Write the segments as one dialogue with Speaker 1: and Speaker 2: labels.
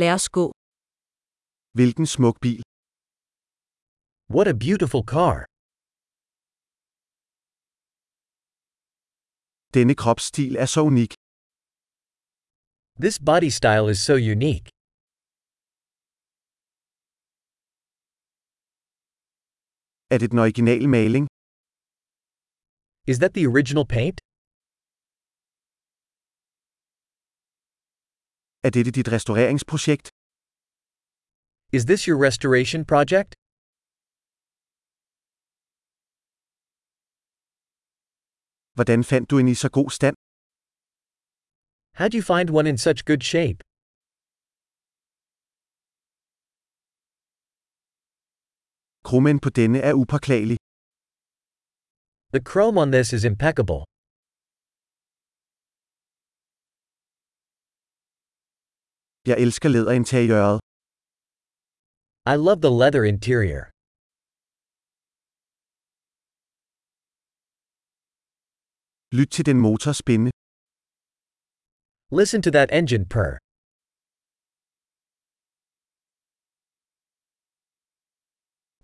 Speaker 1: Lad os gå.
Speaker 2: Hvilken smuk bil.
Speaker 3: What a beautiful car!
Speaker 2: Denne kropsstil er så unik.
Speaker 3: This body style is so unique.
Speaker 2: Er det den originale maling?
Speaker 3: Is that the original paint?
Speaker 2: Er dette dit restaureringsprojekt?
Speaker 3: Is this your restoration project?
Speaker 2: Hvordan fandt du en i så god stand?
Speaker 3: How'd you find one in such good shape?
Speaker 2: Krummen på denne er upåklagelig.
Speaker 3: The chrome on this is impeccable.
Speaker 2: Jeg elsker læderinteriøret.
Speaker 3: I love the leather interior.
Speaker 2: Lyt til den motor spinde.
Speaker 3: Listen to that engine purr.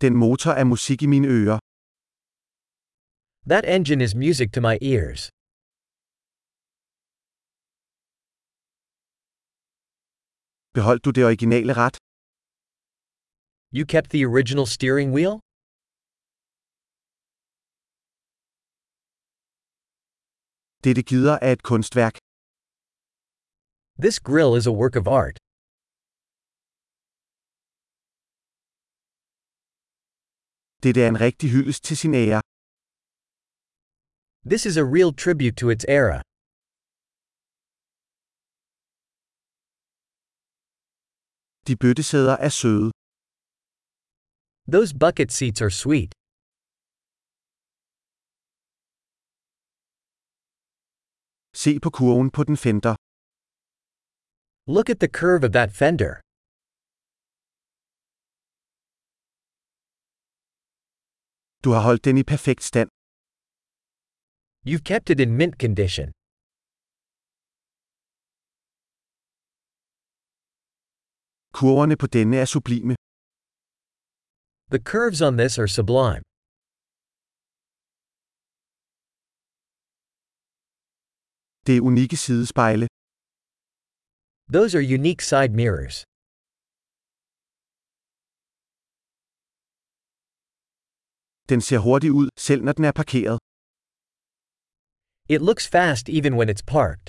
Speaker 2: Den motor er musik i mine ører.
Speaker 3: That engine is music to my ears.
Speaker 2: Beholdt du det originale ret?
Speaker 3: You kept the original steering wheel?
Speaker 2: Dette gider er et kunstværk.
Speaker 3: This grill is a work of art.
Speaker 2: Dette er en rigtig hyldest til sin ære.
Speaker 3: This is a real tribute to its era.
Speaker 2: De bøttesæder er søde.
Speaker 3: Those bucket seats are sweet.
Speaker 2: Se på kurven på den fender.
Speaker 3: Look at the curve of that fender.
Speaker 2: Du har holdt den i perfekt stand.
Speaker 3: You've kept it in mint condition.
Speaker 2: Kurverne på denne er sublime.
Speaker 3: The curves on this are sublime.
Speaker 2: Det er unikke sidespejle.
Speaker 3: Those are unique side mirrors.
Speaker 2: Den ser hurtig ud, selv når den er parkeret.
Speaker 3: It looks fast even when it's parked.